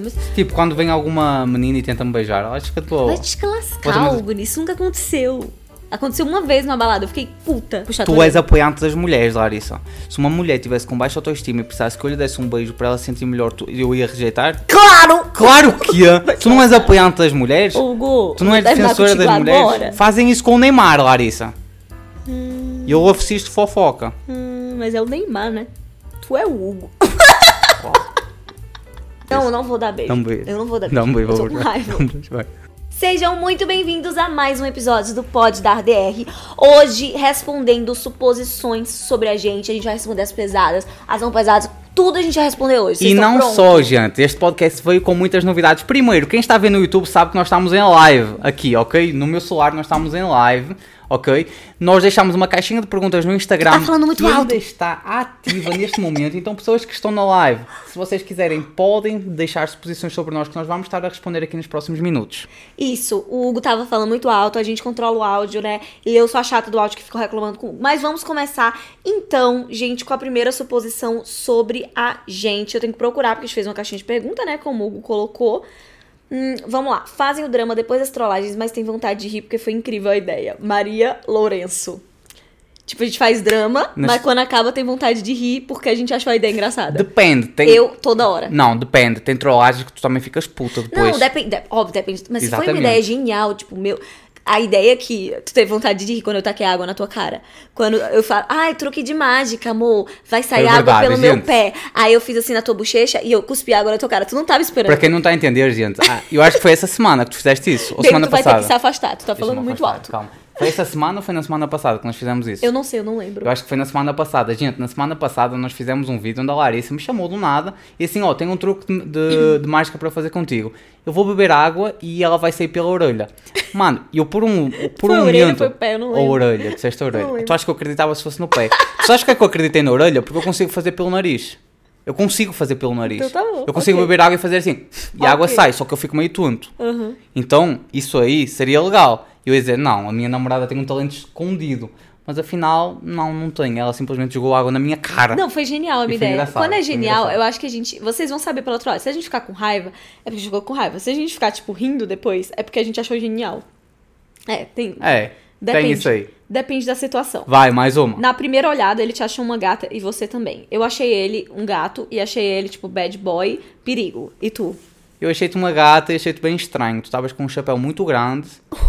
mas. Tipo, quando vem alguma menina e tenta-me beijar, ela fica de boa. Vai te lascar Outra algo, isso nunca aconteceu. Aconteceu uma vez numa balada, eu fiquei puta. Puxa, Tu és apoiante das mulheres, Larissa. Se uma mulher tivesse com baixa autoestima e precisasse que eu lhe desse um beijo para ela se sentir melhor, tu- eu ia rejeitar? Claro! Claro que ia! Tu não és apoiante das mulheres? Hugo, Tu não és vou terminar defensora das Oh, contigo mulheres? agora. Fazem isso com o Neymar, Larissa. E eu assisto fofoca. Hum, mas é o Neymar, né? Tu é o Hugo. não, eu não vou dar beijo. Dá um beijo. Eu não vou dar beijo. Dá um beijo, eu por tô com favor. raiva. Dá um beijo, vai. Sejam muito bem-vindos a mais um episódio do Pod Dar DR. Hoje, respondendo suposições sobre a gente. A gente vai responder as pesadas, as não pesadas. Tudo a gente vai responder hoje. Vocês E estão não prontos? só, gente, este podcast veio com muitas novidades. Primeiro, quem está vendo no YouTube sabe que nós estamos em live aqui, ok? No meu celular nós estamos em live, ok? Nós deixámos uma caixinha de perguntas no Instagram. Tá falando muito que ainda alto. está ativa neste momento. Então, pessoas que estão na live, se vocês quiserem, podem deixar suposições sobre nós que nós vamos estar a responder aqui nos próximos minutos. Isso, o Hugo tava falando muito alto, a gente controla o áudio, né? E eu sou a chata do áudio que ficou reclamando com o Hugo. Mas vamos começar, então, gente, com a primeira suposição sobre a gente. Eu tenho que procurar, porque a gente fez uma caixinha de pergunta, né? Como o Hugo colocou. Hum, vamos lá, fazem o drama depois das trollagens, mas tem vontade de rir porque foi incrível a ideia. Maria Lourenço. Tipo, a gente faz drama, Nas- mas quando acaba tem vontade de rir porque a gente achou a ideia engraçada. Depende, tem. Eu, toda hora. Não, depende. Tem trollagens que tu também ficas puta depois. Não, depende. de- Óbvio, depende. Mas se foi uma Exatamente. ideia genial, tipo, meu. A ideia que tu teve vontade de rir quando eu taquei água na tua cara. Quando eu falo, ai, truque de mágica, amor. Vai sair É água verdade, pelo meu gente. pé. Aí eu fiz assim na tua bochecha e eu cuspi água na tua cara. Tu não tava esperando. Para quem não está a entender, gente, ah, eu acho que foi essa semana que tu fizeste isso. Ou Baby, semana tu vai passada. ter que se afastar. Tu tá Deixa-me falando muito afastar, alto. Calma. Foi essa semana ou foi na semana passada que nós fizemos isso? Eu não sei, eu não lembro. Eu acho que foi na semana passada. Gente, na semana passada nós fizemos um vídeo onde a Larissa me chamou do nada e assim, ó, tenho um truque de, de, de mágica para fazer contigo. Eu vou beber água e ela vai sair pela orelha. Mano, eu por um, por Foi um a orelha, momento... foi o pé, eu não Ou lembro. orelha, disseste a Não orelha. lembro. Tu achas que eu acreditava se fosse no pé? tu sabes que é que eu acreditei na orelha? Porque eu consigo fazer pelo nariz. Eu consigo fazer pelo nariz. Então tá bom, eu consigo ok. beber água e fazer assim. E a água Ok. sai, só que eu fico meio tonto. Uhum. Então, isso aí seria legal. Eu ia dizer, não, a minha namorada tem um talento escondido. Mas afinal, não, não tem. Ela simplesmente jogou água na minha cara. Não, foi genial a Tá. E foi minha ideia. engraçado, Quando é foi genial, engraçado. eu acho que a gente. Vocês vão saber pelo outro lado. Se a gente ficar com raiva, é porque ficou com raiva. Se a gente ficar, tipo, rindo depois, é porque a gente achou genial. É, tem. É, tem isso aí. Depende da situação. Vai, mais uma. Na primeira olhada, ele te achou uma gata e você também. Eu achei ele um gato e achei ele, tipo, bad boy, perigo. E tu? Eu achei-te uma gata e achei-te bem estranho. Tu estavas com um chapéu muito grande.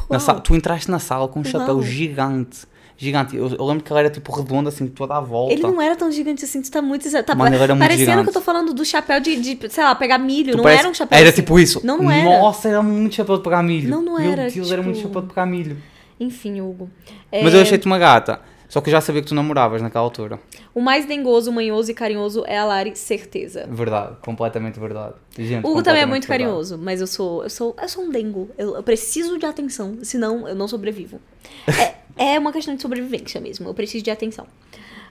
na sala- Tu entraste na sala com um chapéu Uau. gigante. Gigante. Eu, eu lembro que ela era tipo redonda, assim, toda à volta. Ele não era tão gigante assim, tu tá muito. exa- Tá Mano, ele era muito parecendo gigante. que eu tô falando do chapéu de, de, sei lá, pegar milho. Tu não parece- era um chapéu. Era assim. tipo isso. Não, não era. Nossa, era muito chapéu de pegar milho. Não, não era, Meu Deus, era muito tipo- chapéu de pegar milho. Enfim, Hugo. Mas É, eu achei-te uma gata. Só que eu já sabia que tu namoravas naquela altura. O mais dengoso, manhoso e carinhoso é a Lari, certeza. Verdade, completamente verdade. Gente, O Hugo também é completamente muito verdade. carinhoso, mas eu sou, eu sou, eu sou um dengo. Eu, eu preciso de atenção, senão eu não sobrevivo. É, é uma questão de sobrevivência mesmo. Eu preciso de atenção.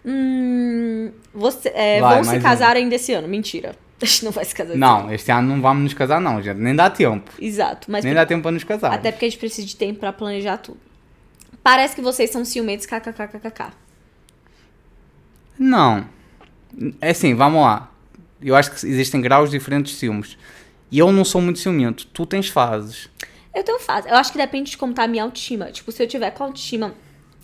Hum, você, é, Vai, vão se mais um. casar ainda esse ano? Mentira. A gente não vai se casar. esse ano. Não, este ano não vamos nos casar, não, gente. Nem dá tempo. Exato. Mas Nem dá tempo para nos casar. né? até porque a gente precisa de tempo pra planejar tudo. Parece que vocês são ciumentos, kkkkk. Não. É assim, vamos lá. Eu acho que existem graus diferentes de ciúmes. E eu não sou muito ciumento. Tu tens fases. Eu tenho fase. Eu acho que depende de como tá a minha autoestima. Tipo, se eu tiver com a autoestima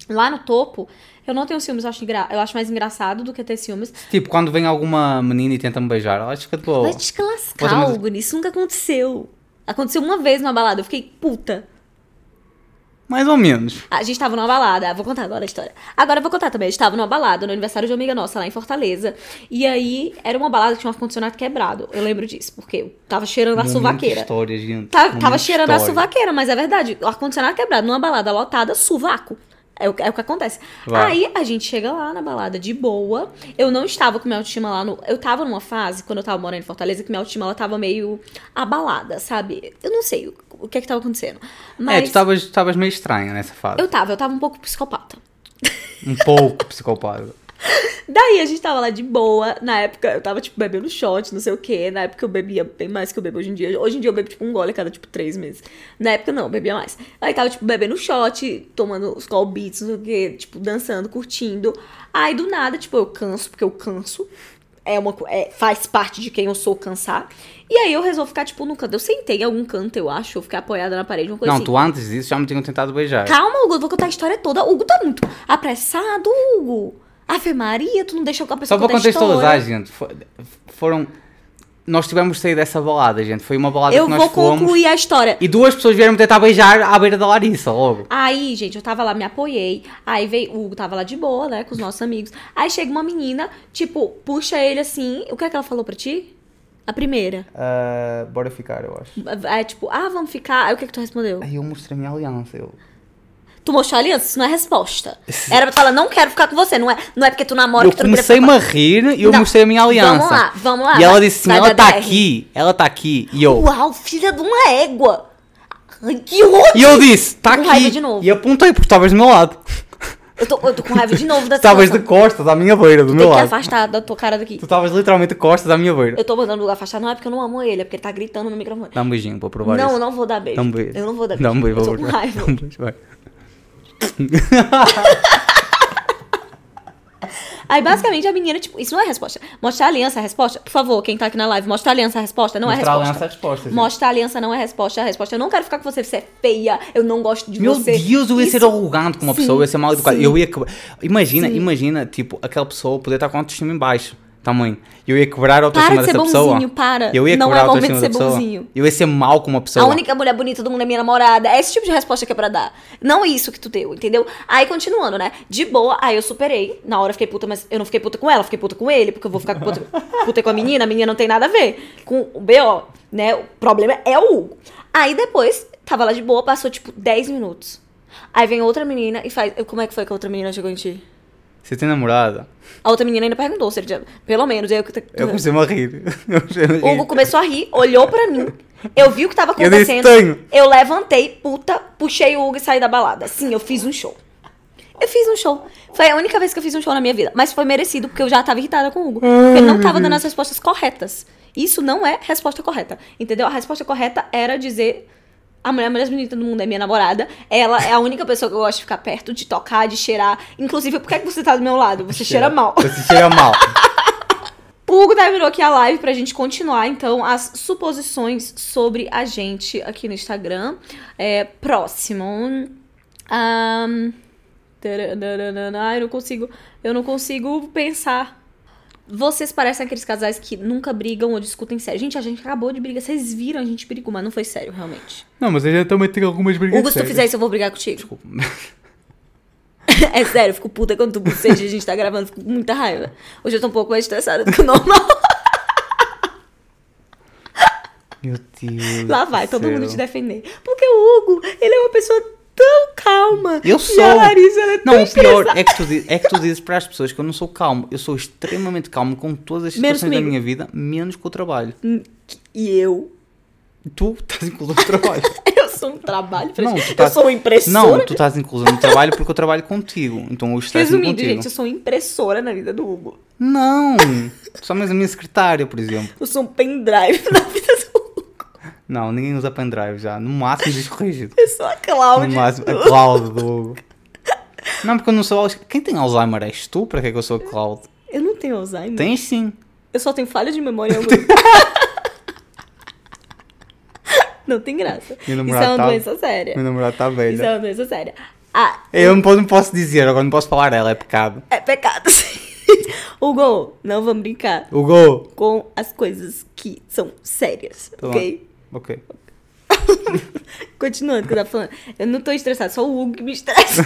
lá no topo, eu não tenho ciúmes. Eu acho, engra- eu acho mais engraçado do que ter ciúmes. Tipo, quando vem alguma menina e tenta-me beijar, ela fica de boa. Vai te lascar, Outra vez- algo Isso nunca aconteceu. Aconteceu uma vez numa balada, eu fiquei puta. Mais ou menos. A gente tava numa balada, vou contar agora a história. Agora eu vou contar também. A gente tava numa balada no aniversário de uma amiga nossa lá em Fortaleza. E aí era uma balada que tinha um ar-condicionado quebrado. Eu lembro disso, porque eu tava cheirando a Momento suvaqueira. História, gente. Tá- Momento tava cheirando a história. suvaqueira, mas é verdade. O ar-condicionado quebrado numa balada lotada, suvaco. É o, é o que acontece. Vai. Aí a gente chega lá na balada de boa. Eu não estava com minha autoestima lá no. Eu tava numa fase, quando eu tava morando em Fortaleza, que minha autoestima ela tava meio abalada, sabe? Eu não sei o, o que é que tava acontecendo. Mas É, tu estavas tu estavas meio estranha nessa fase. eu tava, eu tava um pouco psicopata. Um pouco psicopata. Daí a gente tava lá de boa. Na época eu tava, tipo, bebendo shot, não sei o quê. Na época eu bebia bem mais que eu bebo hoje em dia. Hoje em dia eu bebo, tipo, um gole a cada, tipo, três meses. Na época não, eu bebia mais. Aí tava, tipo, bebendo shot, tomando os call beats, não sei o quê, tipo, dançando, curtindo. Aí do nada, tipo, eu canso, porque eu canso. é uma, co- é- faz parte de quem eu sou cansar. E aí eu resolvo ficar, tipo, no canto. Eu sentei em algum canto, eu acho, eu fiquei apoiada na parede, uma coisa Não, assim. tu antes disso já me tinham tentado beijar. Calma, Hugo, eu vou contar a história toda. Hugo tá muito apressado, Hugo. Ave Maria, tu não deixa a pessoa Só para contar a contextualizar, história. gente, fo- foram. Nós tivemos de sair dessa balada, gente. Foi uma balada Eu que nós vou fomos. concluir a história. E duas pessoas vieram me tentar beijar à beira da Larissa, logo. Aí, gente, eu tava lá, me apoiei. Aí veio, o Hugo tava lá de boa, né, com os nossos amigos. Aí chega uma menina, tipo, puxa ele assim. O que é que ela falou pra ti? A primeira. Ah, bora ficar, eu acho. É tipo, ah, vamos ficar. Aí o que é que tu respondeu? Aí eu mostrei a minha aliança. Eu... Tu mostrou a aliança? Isso não é resposta. Era pra tu falar, não quero ficar com você. Não é, não é porque tu namora eu que tu não queria comecei-me ficar a rir e eu Não, mostrei a minha vamos aliança. lá, vamos lá, E ela vai- disse vai assim: ela da tá DR. aqui, ela tá aqui. E com- eu. Uau, filha de uma égua. Ai, que ódio. E eu disse: tá Com raiva aqui. Um de novo. E apontei porque estavas do meu lado. Eu tô, eu tô com raiva de novo da Estavas de situação. costas à minha beira, do meu Tem que é lado. afastar da tua cara daqui. Tu estavas literalmente de costas à minha beira. Eu tô mandando o Hugo afastar, não é porque eu não amo ele, é porque ele tá gritando no microfone. Dá um beijinho para provar Não, isso. eu não vou dar beijo. Dá um beijo. Eu não vou dar beijo. Dá um beijo, eu vou tô com raiva. Dá um beijo, vai. Aí, basicamente, a menina, tipo, isso não é resposta. Mostra a aliança, a resposta. Por favor, quem tá aqui na live, mostra a aliança, a resposta. Não Mostrar é a resposta. aliança, a resposta, gente. Mostra a aliança, não é resposta. A resposta, eu não quero ficar com você, você é feia, eu não gosto de Meu você. Deus, eu ia ser Isso- arrogante com uma Sim, pessoa, eu ia ser mal educado. sim. Eu ia quebrar. Imagina, imagina, tipo, aquela pessoa poder estar com a autoestima em baixo. Tamanho. Eu ia quebrar a autoestima Para de ser dessa pessoa. bonzinho, para. Eu ia Não quebrar é a momento autoestima da de ser pessoa. bonzinho. Eu ia ser mal com uma pessoa. A única mulher bonita do mundo é minha namorada. É esse tipo de resposta que é pra dar. Não isso que tu deu, entendeu? Aí, continuando, né? De boa, aí eu superei. Na hora eu fiquei puta, mas eu não fiquei puta com ela, eu fiquei puta com ele, porque eu vou ficar puta, puta com a menina, a menina não tem nada a ver com o B.O., né? O problema é o Hugo. Aí depois, tava lá de boa, passou tipo 10 minutos. Aí vem outra menina e faz. Como é que foi que a outra menina chegou em ti? Você tem namorada? A outra menina ainda perguntou se ele tinha. Pelo menos, eu que. Eu comecei-me a rir. Eu comecei-me a O Hugo rir. começou a rir, olhou pra mim. Eu vi o que tava Eu disse, acontecendo. "Tenho." Eu levantei, puta, puxei o Hugo e saí da balada. Sim, eu fiz um show. Eu fiz um show. Foi a única vez que eu fiz um show na minha vida. Mas foi merecido, porque eu já tava irritada com o Hugo. Porque ele não tava dando as respostas corretas. Isso não é resposta correta. Entendeu? A resposta correta era dizer. A mulher mais bonita do mundo é minha namorada. Ela é a única pessoa que eu gosto de ficar perto, de tocar, de cheirar. Inclusive, por que, é que você tá do meu lado? Você cheira mal. Você cheira mal. O Hugo terminou aqui a live pra gente continuar, então, as suposições sobre a gente aqui no Instagram. É, próximo. Ahn, taranana, Ai, não consigo. Eu não consigo pensar. Vocês parecem aqueles casais que nunca brigam ou discutem sério. Gente, a gente acabou de brigar. Vocês viram, a gente brigou, mas não foi sério, realmente. Não, mas eu já também tenho algumas brigas. Hugo, se tu sérias. fizer isso, eu vou brigar contigo. Desculpa. É sério, eu fico puta quando tu boceja e a gente tá gravando, fico com muita raiva. Hoje eu tô um pouco mais estressada do que o normal. Meu Deus. Lá do vai todo céu. mundo te defender. Porque o Hugo, ele é uma pessoa tão calma. Eu E sou. um a Larissa, ela é tão não, o pior estressada. é que, tu dizes, é que tu dizes para as pessoas que eu não sou calmo. Eu sou extremamente calmo com todas as Menos situações da comigo. minha vida, menos com o trabalho. E eu? Tu estás incluso no trabalho. Eu sou um trabalho pra Não, gente. tu tá- Eu sou uma impressora. Não, tu estás incluso no trabalho porque eu trabalho contigo. Então eu estresso Resumindo, contigo. gente, eu sou uma impressora na vida do Hugo. Não! Só mesmo a minha secretária, por exemplo. Eu sou um pendrive na vida do Hugo. Não, ninguém usa pendrive já. No máximo disco rígido. Eu sou a No Cláudia. máximo, a cloud do Hugo. Não, porque eu não sou. aus- Quem tem Alzheimer és tu? Para que é que eu sou a cloud? Eu não tenho Alzheimer. Tens sim. Eu só tenho falha de memória em algum Não tem graça. Isso é Minha uma namorada tá- doença séria. Meu namorado está Isso é velha. uma doença séria. Ah, Eu não posso, não posso dizer, agora não posso falar ela, é pecado. É pecado. Hugo, não vamos brincar Hugo! com as coisas que são sérias, Tá ok? bom. Ok. Continuando o que eu tava falando. Eu não tô estressada, só o Hugo que me estressa.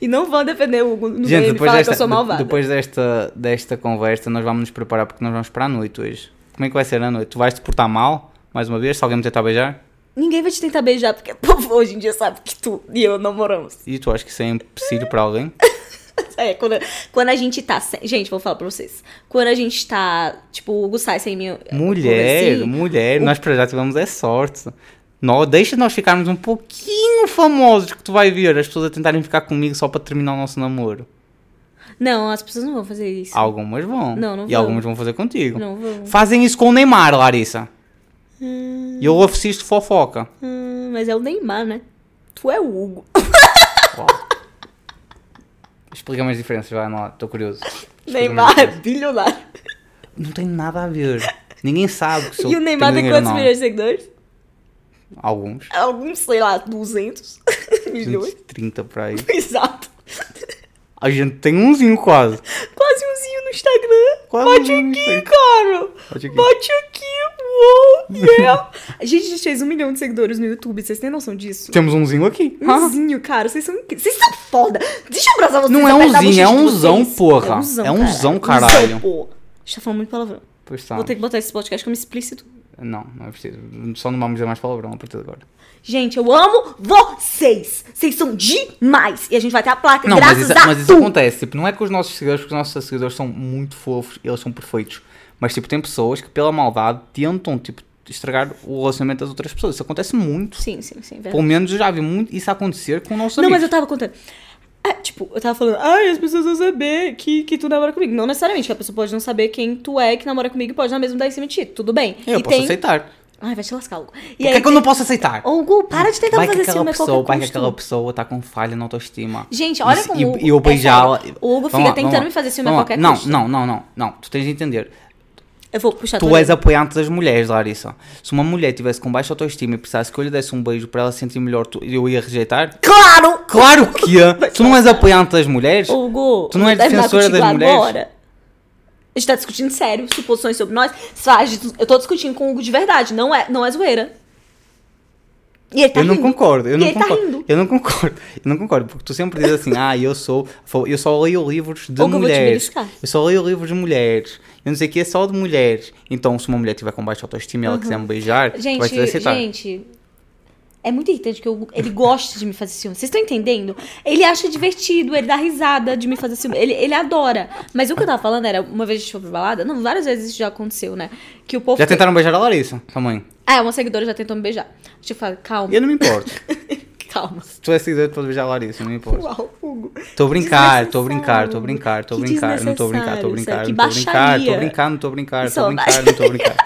e não vão defender o Hugo no meio de falar que eu sou de- malvada. depois desta, desta conversa, nós vamos nos preparar porque nós vamos para a noite hoje. Como é que vai ser a noite? Tu vais te portar mal, mais uma vez, se alguém me tentar beijar? Ninguém vai te tentar beijar, porque o povo hoje em dia sabe que tu e eu namoramos. E tu achas que isso é empecilho para alguém? É, quando, quando a gente tá. sem- Gente, vou falar pra vocês. Quando a gente tá. Tipo, o Hugo sai sem mim. eu- Mulher, assim, mulher, o- nós para já tivemos é sorte. Nó- deixa nós ficarmos um pouquinho famosos que tu vai ver as pessoas a tentarem ficar comigo só para terminar o nosso namoro. Não, as pessoas não vão fazer isso. Algumas vão. Não, não e vão. algumas vão fazer contigo. Não vão. Fazem isso com o Neymar, Larissa. E eu assisto fofoca. Hum, mas é o Neymar, né? Tu é o Hugo. Explica-me as diferenças, vai lá, estou curioso. Neymar é bilionário. Não tem nada a ver. Ninguém sabe que sou E o Neymar tem quantos milhões de seguidores? Alguns. Alguns, sei lá, 200 milhões. 30 por aí. Exato. A gente tem umzinho quase. Quase umzinho no Instagram. Quase Bote umzinho no aqui, cara. Bote aqui. Bote aqui. Uou, yeah. Gente, a gente fez um milhão de seguidores no YouTube. Vocês têm noção disso? Temos umzinho aqui. Ah, Umzinho, cara. Vocês são incríveis. Vocês são foda. Deixa eu abraçar vocês. Não é apertar a umzinho, é bochecha de umzão, vocês. porra. É umzão, É umzão, cara. caralho. Umzão, porra. A gente tá falando muito palavrão. Pois tá. Vou ter que botar esse podcast como explícito. Não, não é preciso. Só não vamos dizer mais palavrão a partir de agora. Gente, eu amo vocês. Vocês são demais. E a gente vai ter a placa, Não, mas graças isso, é- a mas isso tu. acontece. Tipo, não é com os nossos seguidores, porque os nossos seguidores são muito fofos, eles são perfeitos. Mas, tipo, tem pessoas que, pela maldade, tentam, tipo, estragar o relacionamento das outras pessoas. Isso acontece muito. Sim, sim, sim. Verdade. Pelo menos eu já vi muito isso acontecer com nossos É. Não, amigos. mas eu tava contando. Ah, tipo, eu tava falando, ai, as pessoas vão saber que, que tu namora comigo. Não necessariamente, que a pessoa pode não saber quem tu é que namora comigo e pode na mesma dar em cima de ti. Tudo bem. Eu e posso tem... aceitar. Ai, vai te lascar, Hugo. E Por que, é aí. que eu não posso aceitar? Hugo, para de tentar vai que fazer aquela ciúme a pessoa, qualquer vai que custo. aquela pessoa tá com falha na autoestima. Gente, olha Isso, como e, o Hugo- e eu é sério, beijá-la. o Hugo Vamos fica lá, tentando vamos lá. me fazer ciúme a Vamos lá. qualquer não, custo. Não, não, não, não. Tu tens de entender. Eu vou puxar Tu é tua és orelha. apoiante das mulheres, Larissa. Se uma mulher tivesse com baixa autoestima e precisasse que eu lhe desse um beijo para ela se sentir melhor, tu, eu ia rejeitar? Claro! Claro que é! tu não és apoiante das mulheres? Hugo, Tu não é vamos terminar defensora contigo das mulheres? Agora. A gente tá discutindo sério, suposições sobre nós. Sá, a gente- Eu tô discutindo com o Hugo de verdade, não é, não é zoeira. E ele tá eu não rindo. concordo, eu E não ele tá concordo. rindo. eu não concordo, eu não concordo, porque tu sempre dizes assim, ah, eu sou, eu só leio livros de Ou que eu vou te mulheres. beliscar. Eu só leio livros de mulheres. Eu não sei o que é só de mulheres. Então, se uma mulher tiver com baixa autoestima e ela quiser me beijar, tu vais ter de Gente, aceitar. gente. É muito irritante que o Hugo- ele gosta de me fazer ciúme. Vocês estão entendendo? Ele acha divertido, ele dá risada de me fazer ciúme. Ele, ele adora. Mas o que eu tava falando era, uma vez a gente foi pra balada, não, várias vezes isso já aconteceu, né? Que o povo. Já tentaram beijar a Larissa, também. Ah, é, uma seguidora já tentou me beijar. Deixa eu falar, calma. Eu não me importo. Calma. se tu és seguidor, tu pode beijar a Larissa, eu não me importo. Uau, Hugo. Tô a brincar, tô a Desnecessário. brincar, tô a brincar, tô a Que brincar, não tô a brincar, tô a brincar, não tô a desnecessário, sério, que brincar, tô a baixaria. brincar, não tô a brincar, Isso tô a é uma brincar, não tô a brincar.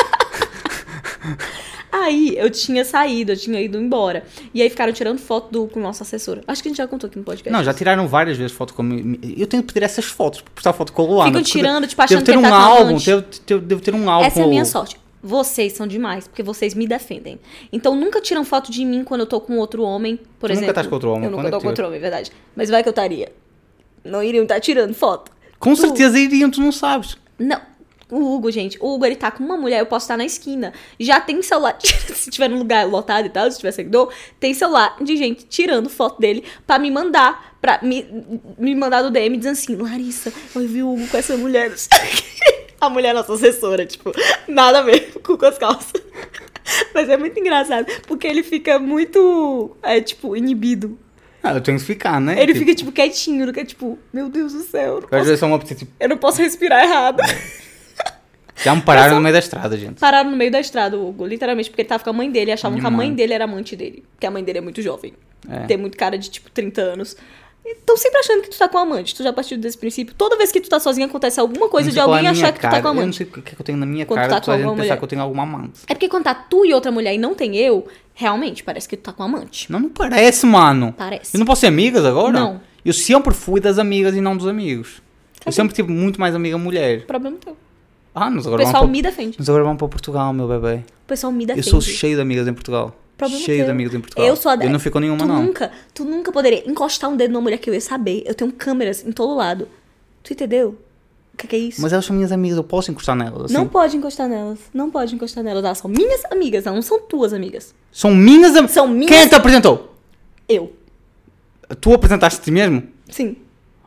Aí eu tinha saído, eu tinha ido embora. E aí ficaram tirando foto do com o nosso assessor. Acho que a gente já contou aqui no podcast. Não, já tiraram várias vezes foto com Eu tenho que pedir essas fotos, postar foto com o Luana. Ficam porque tirando, de- tipo, devo achando ter que ele um tá com álbum, amante. devo, devo- devo ter um álbum. Essa é a minha com- sorte. Vocês são demais, porque vocês me defendem. Então nunca tiram foto de mim quando eu tô com outro homem, por Tu nunca exemplo. estás com outro homem, Eu quando nunca é tô que com outro homem, é verdade. Mas vai que eu estaria. Não iriam estar tirando foto. Com Tu- certeza iriam, tu não sabes. Não. O Hugo, gente, o Hugo ele tá com uma mulher, eu posso estar na esquina. Já tem celular, se tiver num lugar lotado e tal, se tiver seguidor, tem celular de gente tirando foto dele pra me mandar, pra me, me mandar do DM dizendo assim: Larissa, eu vi o Hugo com essa mulher. não sei o quê. A mulher é nossa assessora, tipo, nada a ver com as calças. Mas é muito engraçado, porque ele fica muito, é, tipo, inibido. Ah, eu tenho que ficar, né? Ele Tipo, fica, tipo, quietinho, ele fica, tipo, meu Deus do céu, eu não Às posso, vezes são uma pessoa, tipo, eu não posso respirar errado. já me pararam no meio da estrada, gente. Pararam no meio da estrada, o Hugo, literalmente, porque ele tava com a mãe dele e achavam que a Animal. mãe dele era amante dele. Porque a mãe dele é muito jovem. É. Tem muito cara de tipo 30 anos. Estão sempre achando que tu tá com um amante. Tu já partiu desse princípio. Toda vez que tu tá sozinha, acontece alguma coisa Não de sei qual é alguém a minha achar que tu tá cara, com Eu não amante. sei o que é que eu tenho na minha Quando tu cara, tá de com toda a gente alguma pensar mulher. que eu tenho alguma amante. É porque quando tá tu e outra mulher e não tem eu, realmente parece que tu tá com um amante. Não, não parece, mano. Parece. Eu não posso ser amigas agora? Não. Eu sempre fui das amigas e não dos amigos. Eu sempre tive muito mais amiga mulher. Problema teu. Ah, mas O agora pessoal vamos me pra... defende. Mas agora vamos para Portugal, meu bebê. O pessoal me Eu defende. sou cheio de amigas em Portugal. Problema é cheio teu. de amigos em Portugal. Eu sou a... Eu não fico nenhuma, tu não. Nunca, tu nunca poderia encostar um dedo numa mulher que eu ia saber. Eu tenho câmeras em todo lado. Tu entendeu? O que, que é isso? Mas elas são minhas amigas, eu posso encostar nelas. assim. Não pode encostar nelas. Não pode encostar nelas. Elas são minhas amigas, elas não são tuas amigas. São minhas amigas. São minhas- Quem é que te apresentou? Eu. Tu apresentaste-te mesmo? Sim.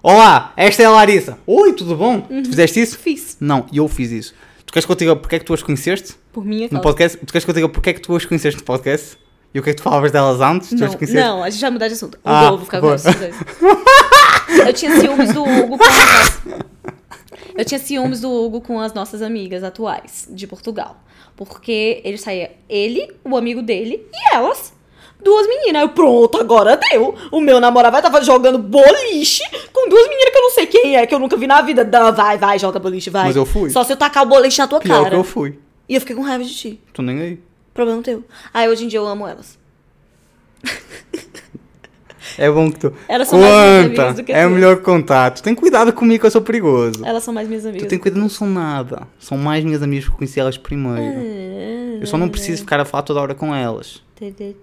Olá, esta é a Larissa. Oi, tudo bom? Uhum. Tu fizeste isso? Fiz. Não, eu fiz isso. Tu queres que eu te diga porque é que tu as conheceste? Por minha No causa. podcast? Tu queres que eu te diga porque é que tu as conheceste no podcast? E o que é que tu falavas delas antes? tu Não, as conheceste? não, a gente vai mudar de assunto. O Ah, Hugo, eu vou ficar com boa. esses dois. Eu tinha ciúmes do Hugo com as nossas... Eu tinha ciúmes do Hugo com as nossas amigas atuais de Portugal. Porque ele saía, ele, o amigo dele e elas. Duas meninas. Eu, pronto, agora deu. O meu namorado vai estar jogando boliche com duas meninas que eu não sei quem é, que eu nunca vi na vida. Dá, Vai, vai, joga boliche, vai. Mas eu fui. Só se eu tacar o boliche na tua Pior cara. é que eu fui. E eu fiquei com raiva de ti. Tô nem aí. Problema teu. Aí hoje em dia eu amo elas. É bom que tu. Elas são mais minhas Conta! amigas do que É tu. melhor contar. Tu tem cuidado comigo que eu sou perigoso. Elas são mais minhas Tu amigas. tem cuidado, não são nada. São mais minhas amigas que eu conheci elas primeiro. Eu só não preciso ficar a falar toda hora com elas.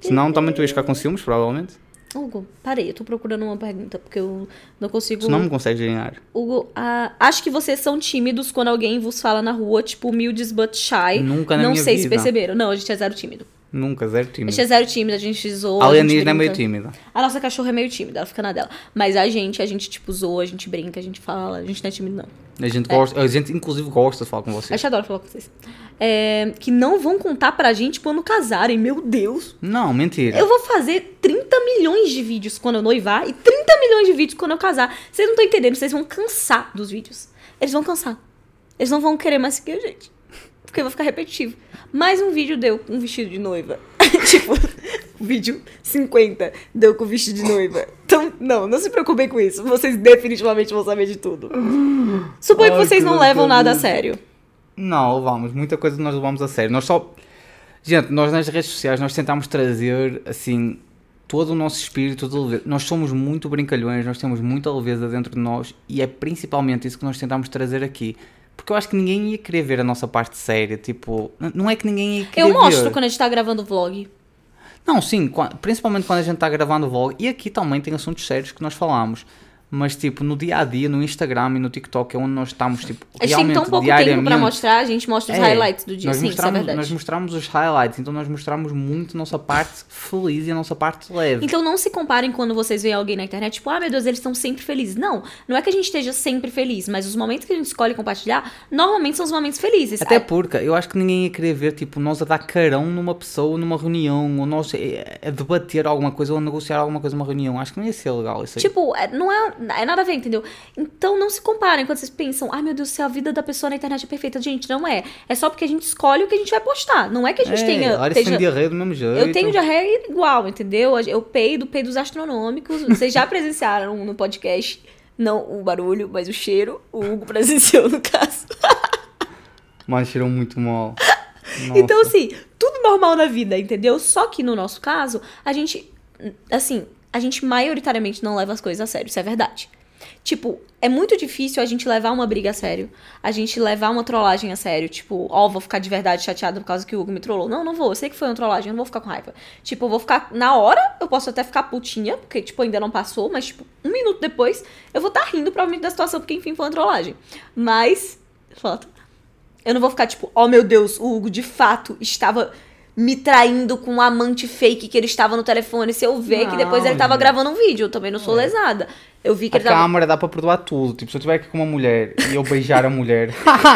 Senão também tu ias ficar com ciúmes, provavelmente. Hugo, parei, eu tô procurando uma pergunta, porque eu não consigo. Tu não me consegues ganhar. Hugo, ah, acho que vocês são tímidos quando alguém vos fala na rua, tipo, humildes but shy. Nunca na Não minha sei se vida. perceberam. Não, a gente é zero tímido. Nunca, zero A tímido. gente é zero tímido, a gente zoa. A a gente alienígena é meio brinca. tímida. A nossa cachorra é meio tímida, ela fica na dela. Mas a gente, a gente, tipo, zoa, a gente brinca, a gente fala, a gente não é tímido, não. A gente, gosta, a gente inclusive gosta de falar com A vocês. gente adora falar com vocês. É, que não vão contar pra gente quando casarem, meu Deus. Não, mentira. Eu vou fazer 30 milhões de vídeos quando eu noivar e 30 milhões de vídeos quando eu casar. Vocês não estão entendendo, vocês vão cansar dos vídeos. Eles vão cansar. Eles não vão querer mais seguir a gente. Porque vai ficar repetitivo. Mais um vídeo deu com um vestido de noiva. tipo, vídeo 50 deu com vestido de noiva. Então, não, não se preocupem com isso. Vocês definitivamente vão saber de tudo. Suponho que Ai, vocês que não levam nada a vergonha. sério. Não, levamos. Muita coisa nós levamos a sério. Nós só. Gente, nós nas redes sociais nós tentámos trazer assim todo o nosso espírito de leveza. Nós somos muito brincalhões, nós temos muita leveza dentro de nós e é principalmente isso que nós tentámos trazer aqui. Porque eu acho que ninguém ia querer ver a nossa parte séria. Tipo, n- não é que ninguém ia querer Eu mostro ver. quando a gente tá gravando vlog. Não, sim, qua- principalmente quando a gente está gravando vlog. E aqui também tem assuntos sérios que nós falamos. Mas, tipo, no dia a dia, no Instagram e no TikTok é onde nós estamos, tipo, A gente tem realmente tão pouco tempo diariamente. pra mostrar, a gente mostra os É, highlights do dia. nós Sim, isso é mostramos- verdade. Nós mostramos os highlights, então nós mostramos muito a nossa parte feliz e a nossa parte leve. Então não se comparem quando vocês veem alguém na internet, tipo, ah, meu Deus, eles estão sempre felizes. Não, não é que a gente esteja sempre feliz, mas os momentos que a gente escolhe compartilhar, normalmente são os momentos felizes. Até Ah, porque eu acho que ninguém ia querer ver, tipo, nós a dar carão numa pessoa numa reunião, ou nós a, a debater alguma coisa, ou a negociar alguma coisa numa reunião. Acho que não ia ser legal isso aí. Tipo, é- não é, é nada a ver, entendeu? Então não se comparem quando vocês pensam, ai meu Deus, se a vida da pessoa na internet é perfeita. Gente, não é. É só porque a gente escolhe o que a gente vai postar. Não é que a gente é, tenha. Larissa esteja- tem diarreia do mesmo jeito. Eu tenho diarreia igual, entendeu? Eu peido, peidos astronômicos. Vocês já presenciaram no podcast, não o barulho, mas o cheiro. O Hugo presenciou, no caso. Mano, cheirou muito mal. Então, Nossa. assim, tudo normal na vida, entendeu? Só que no nosso caso, a gente, assim, a gente maioritariamente não leva as coisas a sério, isso é verdade. Tipo, é muito difícil a gente levar uma briga a sério, a gente levar uma trollagem a sério. Tipo, ó, vou ficar de verdade chateada por causa que o Hugo me trollou. Não, não vou, eu sei que foi uma trollagem, eu não vou ficar com raiva. Tipo, eu vou ficar, na hora, eu posso até ficar putinha, porque, tipo, ainda não passou, mas, tipo, um minuto depois, eu vou estar rindo provavelmente da situação, porque, enfim, foi uma trollagem. Mas, foto. Eu não vou ficar tipo, oh meu Deus, o Hugo de fato estava me traindo com um amante fake que ele estava no telefone. Se eu ver que depois Não, É. ele estava gente. gravando um vídeo, eu também não sou lesada. Eu vi que A ele tava. câmara dá para perdoar tudo. Tipo, se eu estiver aqui com uma mulher e eu beijar a mulher,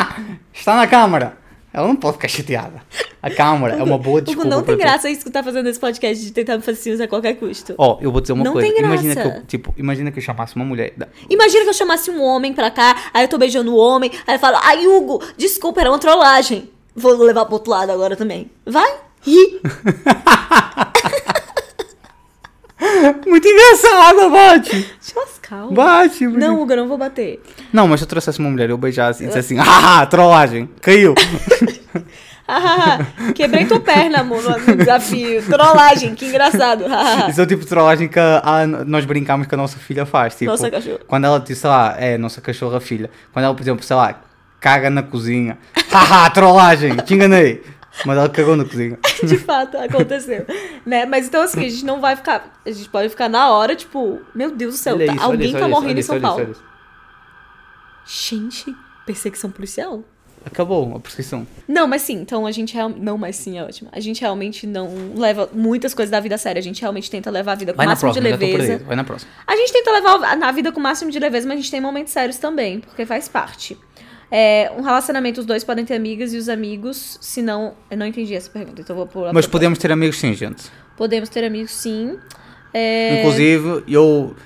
está na câmara. Ela não pode ficar chateada. A câmara é uma boa Hugo, desculpa. não tem para tudo. graça isso que tá fazendo esse podcast de tentar me fazer ciúmes a qualquer custo. Ó, eu vou dizer uma Não coisa. tem graça. Imagina que eu, tipo, imagina que eu chamasse uma mulher. da- Imagina que eu chamasse um homem pra cá, aí eu tô beijando o homem, aí eu falo, ai Hugo, desculpa, era uma trollagem. Vou levar pro outro lado agora também. Vai? Ri. Muito engraçada, bate! Deixa eu lascar. Hugo. Bate! porque- Não, Hugo, eu não vou bater. Não, mas se eu trouxesse uma mulher e eu beijasse e dissesse assim, ah, trollagem, caiu. Ah, quebrei tua perna, amor, no no desafio. Trollagem, que engraçado. Ah, Isso é o tipo de trollagem que a- a- nós brincamos que a nossa filha faz. Tipo, Nossa cachorra. Quando ela, tipo, sei lá, é, nossa cachorra filha. Quando ela, por exemplo, sei lá, caga na cozinha. Haha, trollagem, te enganei. Mas ela cagou na cozinha. de fato, aconteceu. né? Mas então, assim, a gente não vai ficar. A gente pode ficar na hora, tipo, meu Deus do céu, tá- alguém tá morrendo em São Paulo. Gente, perseguição policial? Acabou a prescrição. Não, mas sim, então a gente realmente. Não, mas sim, é ótimo. A gente realmente não leva muitas coisas da vida a sério. A gente realmente tenta levar a vida com o Vai na máximo próxima, já de estou leveza. perdido. Vai na próxima. A gente tenta levar a- na vida com o máximo de leveza, mas a gente tem momentos sérios também, porque faz parte. É, um relacionamento, os dois podem ter amigas e os amigos, se não. Eu não entendi essa pergunta, então eu vou pular. Mas pra- podemos ter amigos sim, gente. Podemos ter amigos, sim. É, Inclusive, eu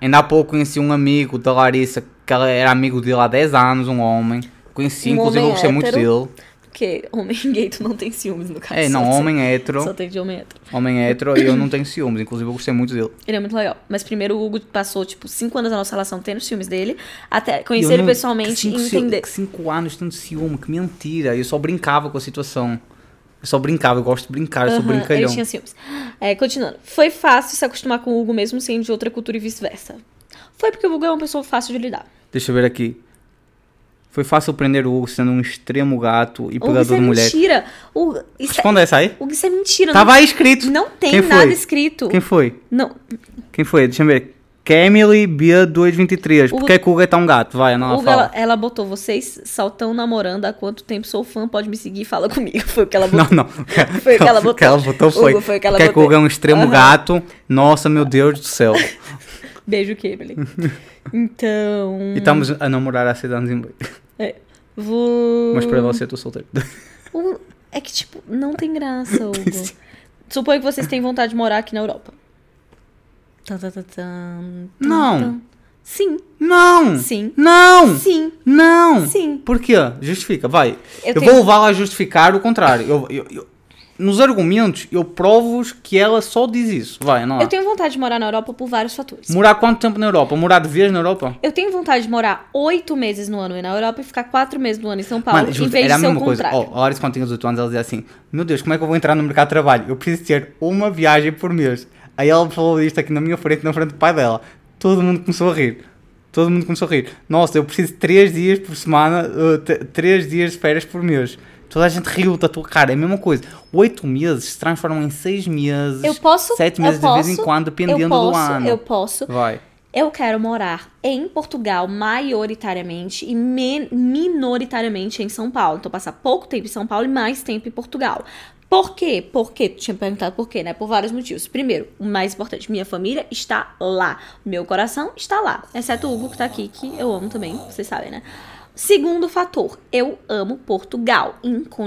ainda há pouco conheci um amigo da Larissa, que ela era amigo dele há 10 anos, um homem. Conheci, Um inclusive, eu homem gostei muito hétero. dele. Porque homem gay, tu não tem ciúmes, no caso. É, não, Só- homem hétero. Só tem de homem hétero. Homem hétero e eu não tenho ciúmes, inclusive eu gostei muito dele. Ele é muito legal. Mas primeiro o Hugo passou, tipo, cinco anos da nossa relação tendo ciúmes dele, até conhecer Eu ele não- pessoalmente que cinco e ciú- entender. que cinco anos tendo ciúme, que mentira. Eu só brincava com a situação. Eu só brincava, eu gosto de brincar, eu sou Aham, brincalhão. Ele tinha ciúmes. É, continuando. Foi fácil se acostumar com o Hugo mesmo sendo de outra cultura e vice-versa. Foi porque o Hugo é uma pessoa fácil de lidar. Deixa eu ver aqui. Foi fácil prender o Hugo sendo um extremo gato e O Hugo, isso pegador é de mulher. mentira. O Hugo, isso é, Responda essa aí. o Hugo, isso é mentira. Tava aí escrito. não, não tem Quem foi? nada escrito. Quem foi? Não. Quem foi? Deixa eu ver. Camille Bia 223. Por Hugo- que que o Hugo é tão gato? Vai, O não, Hugo, fala. ela, ela botou vocês saltão namorando há quanto tempo sou fã, pode me seguir, fala comigo. Foi o que ela botou. Não, não. Foi o que ela O que ela botou. botou foi. Hugo, foi o que ela Quer botou. que o Hugo é um extremo Aham. gato. Nossa, meu Deus do céu. Beijo, Kimberly. Então. E estamos a namorar há seis anos e meio. É, vou. Mas para você, eu tô solteiro. Então, O- É que, tipo, não tem graça, Hugo. Suponho que vocês têm vontade de morar aqui na Europa. Tan, tan, tan, tan, tan, Não. tan. Sim, Não! sim. Não! Sim. Não! Sim. Por quê? Justifica, vai. Eu Hum. Eu, tenho- vou levá-la a justificar o contrário. Eu, eu- eu- nos argumentos, eu provo-vos que ela só diz isso. Vai, não. lá. Eu tenho vontade de morar na Europa por vários fatores. Morar quanto tempo na Europa? Morar de vez na Europa? Eu tenho vontade de morar oito meses no ano na Europa e ficar quatro meses no ano em São Paulo, Mano, em justo, vez era de a ser o mesma coisa. contrário. Ó, a Larissa, quando tinha 18 anos, ela dizia assim: Meu Deus, como é que eu vou entrar no mercado de trabalho? Eu preciso ter uma viagem por mês. Aí ela falou isto aqui na minha frente, na frente do pai dela. Todo mundo começou a rir. Todo mundo começou a rir. Nossa, eu preciso de 3 dias por semana, 3 dias de férias por mês. Toda a gente riu da tua cara, é a mesma coisa. 8 meses se transformam em 6 meses. eu posso. 7 eu meses de vez em posso, quando, dependendo eu posso, do ano. Eu posso. Vai. Eu quero morar em Portugal maioritariamente e men- minoritariamente em São Paulo. Então, passar pouco tempo em São Paulo e mais tempo em Portugal. Por quê? Por quê? Tu tinha perguntado por quê, né? Por vários motivos. Primeiro, o mais importante, minha família está lá. Meu coração está lá. Exceto o Hugo, que tá aqui, que eu amo também, vocês sabem, né? Segundo fator, eu amo Portugal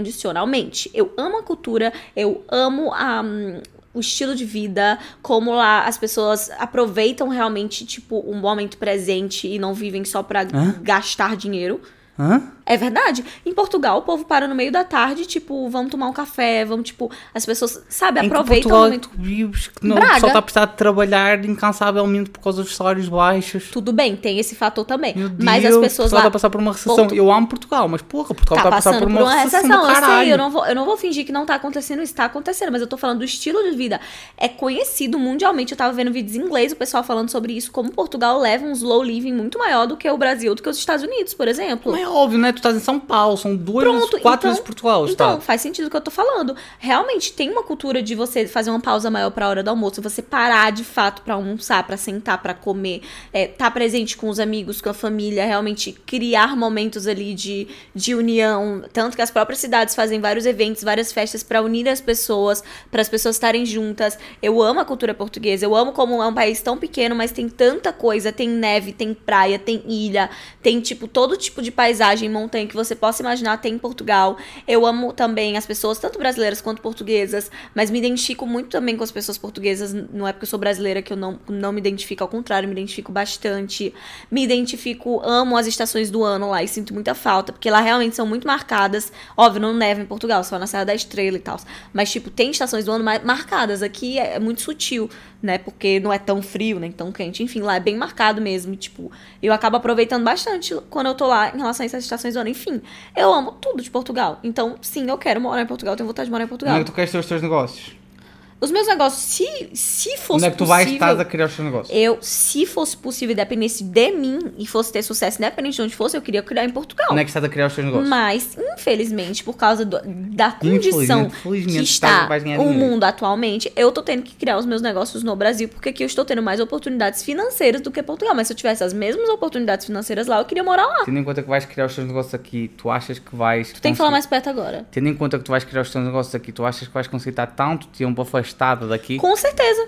incondicionalmente. Eu amo a cultura, eu amo a, hum, o estilo de vida, como lá as pessoas aproveitam realmente, tipo, um momento presente e não vivem só pra Hã? gastar dinheiro. Hã? É verdade. Em Portugal, o povo para no meio da tarde, tipo, vamos tomar um café, vamos, tipo, as pessoas, sabe, Em que aproveitam o Portugal momento. tu vives que não, então, Braga. só está a precisar de trabalhar incansavelmente por causa dos salários baixos. Tudo bem, tem esse fator também. Meu Deus, é. mas as pessoas Portugal lá está a passar por uma recessão. Porto- Eu amo Portugal, mas porra, Portugal tá está a passar passando por uma, recessão, do eu caralho. sei, eu não, vou, eu não vou fingir que não tá acontecendo, está acontecendo, mas eu tô falando do estilo de vida. É conhecido mundialmente, eu tava vendo vídeos em inglês, o pessoal falando sobre isso, como Portugal leva um slow living muito maior do que o Brasil, do que os Estados Unidos, por exemplo. Mas é óbvio, né? Tu estás em São Paulo, são duas, Pronto, quatro então- vezes Portugal. Então, Está. faz sentido o que eu tô falando. Realmente tem uma cultura de você fazer uma pausa maior pra hora do almoço, você parar de fato pra almoçar, pra sentar, pra comer, é, tá presente com os amigos, com a família, realmente criar momentos ali de, de união. Tanto que as próprias cidades fazem vários eventos, várias festas pra unir as pessoas, para as pessoas estarem juntas. Eu amo a cultura portuguesa, eu amo como é um país tão pequeno, mas tem tanta coisa, tem neve, tem praia, tem ilha, tem tipo todo tipo de paisagem, montanha que você possa imaginar tem em Portugal. Eu amo também as pessoas, tanto brasileiras quanto portuguesas, mas me identifico muito também com as pessoas portuguesas. Não é porque eu sou brasileira que eu não, não me identifico, ao contrário, me identifico bastante. Me identifico, amo as estações do ano lá e sinto muita falta, porque lá realmente são muito marcadas. Óbvio, não neva em Portugal, só na Serra da Estrela e tal. Mas, tipo, tem estações do ano ma- marcadas. Aqui é é muito sutil, né? Porque não é tão frio, nem tão quente. Enfim, lá é bem marcado mesmo. E, tipo, eu acabo aproveitando bastante quando eu tô lá em relação a essas estações do ano. Enfim, eu amo tudo de Portugal. Então, sim, eu quero morar em Portugal, tenho vontade de morar em Onde é Portugal. que tu queres ter os teus negócios? Os meus negócios, se, se fosse Onde é que tu possível... vais estar a criar os teus negócios? Eu, se fosse possível, dependesse de mim e fosse ter sucesso, independente de onde fosse, eu queria criar em Portugal. Onde é que estás a criar os teus negócios? Mas, infelizmente, por causa do- da condição Infelizmente, felizmente, que tá- está vais ganhar o dinheiro. mundo atualmente, eu tô tendo que criar os meus negócios no Brasil, porque aqui eu estou tendo mais oportunidades financeiras do que Portugal. Mas se eu tivesse as mesmas oportunidades financeiras lá, eu queria morar lá. Tendo em conta que vais criar os teus negócios aqui, tu achas que vais. Tu tem que falar mais perto agora. Tendo em conta que tu vais criar os teus negócios aqui, tu achas que vais conseguir estar tanto tempo afastada daqui? Com certeza.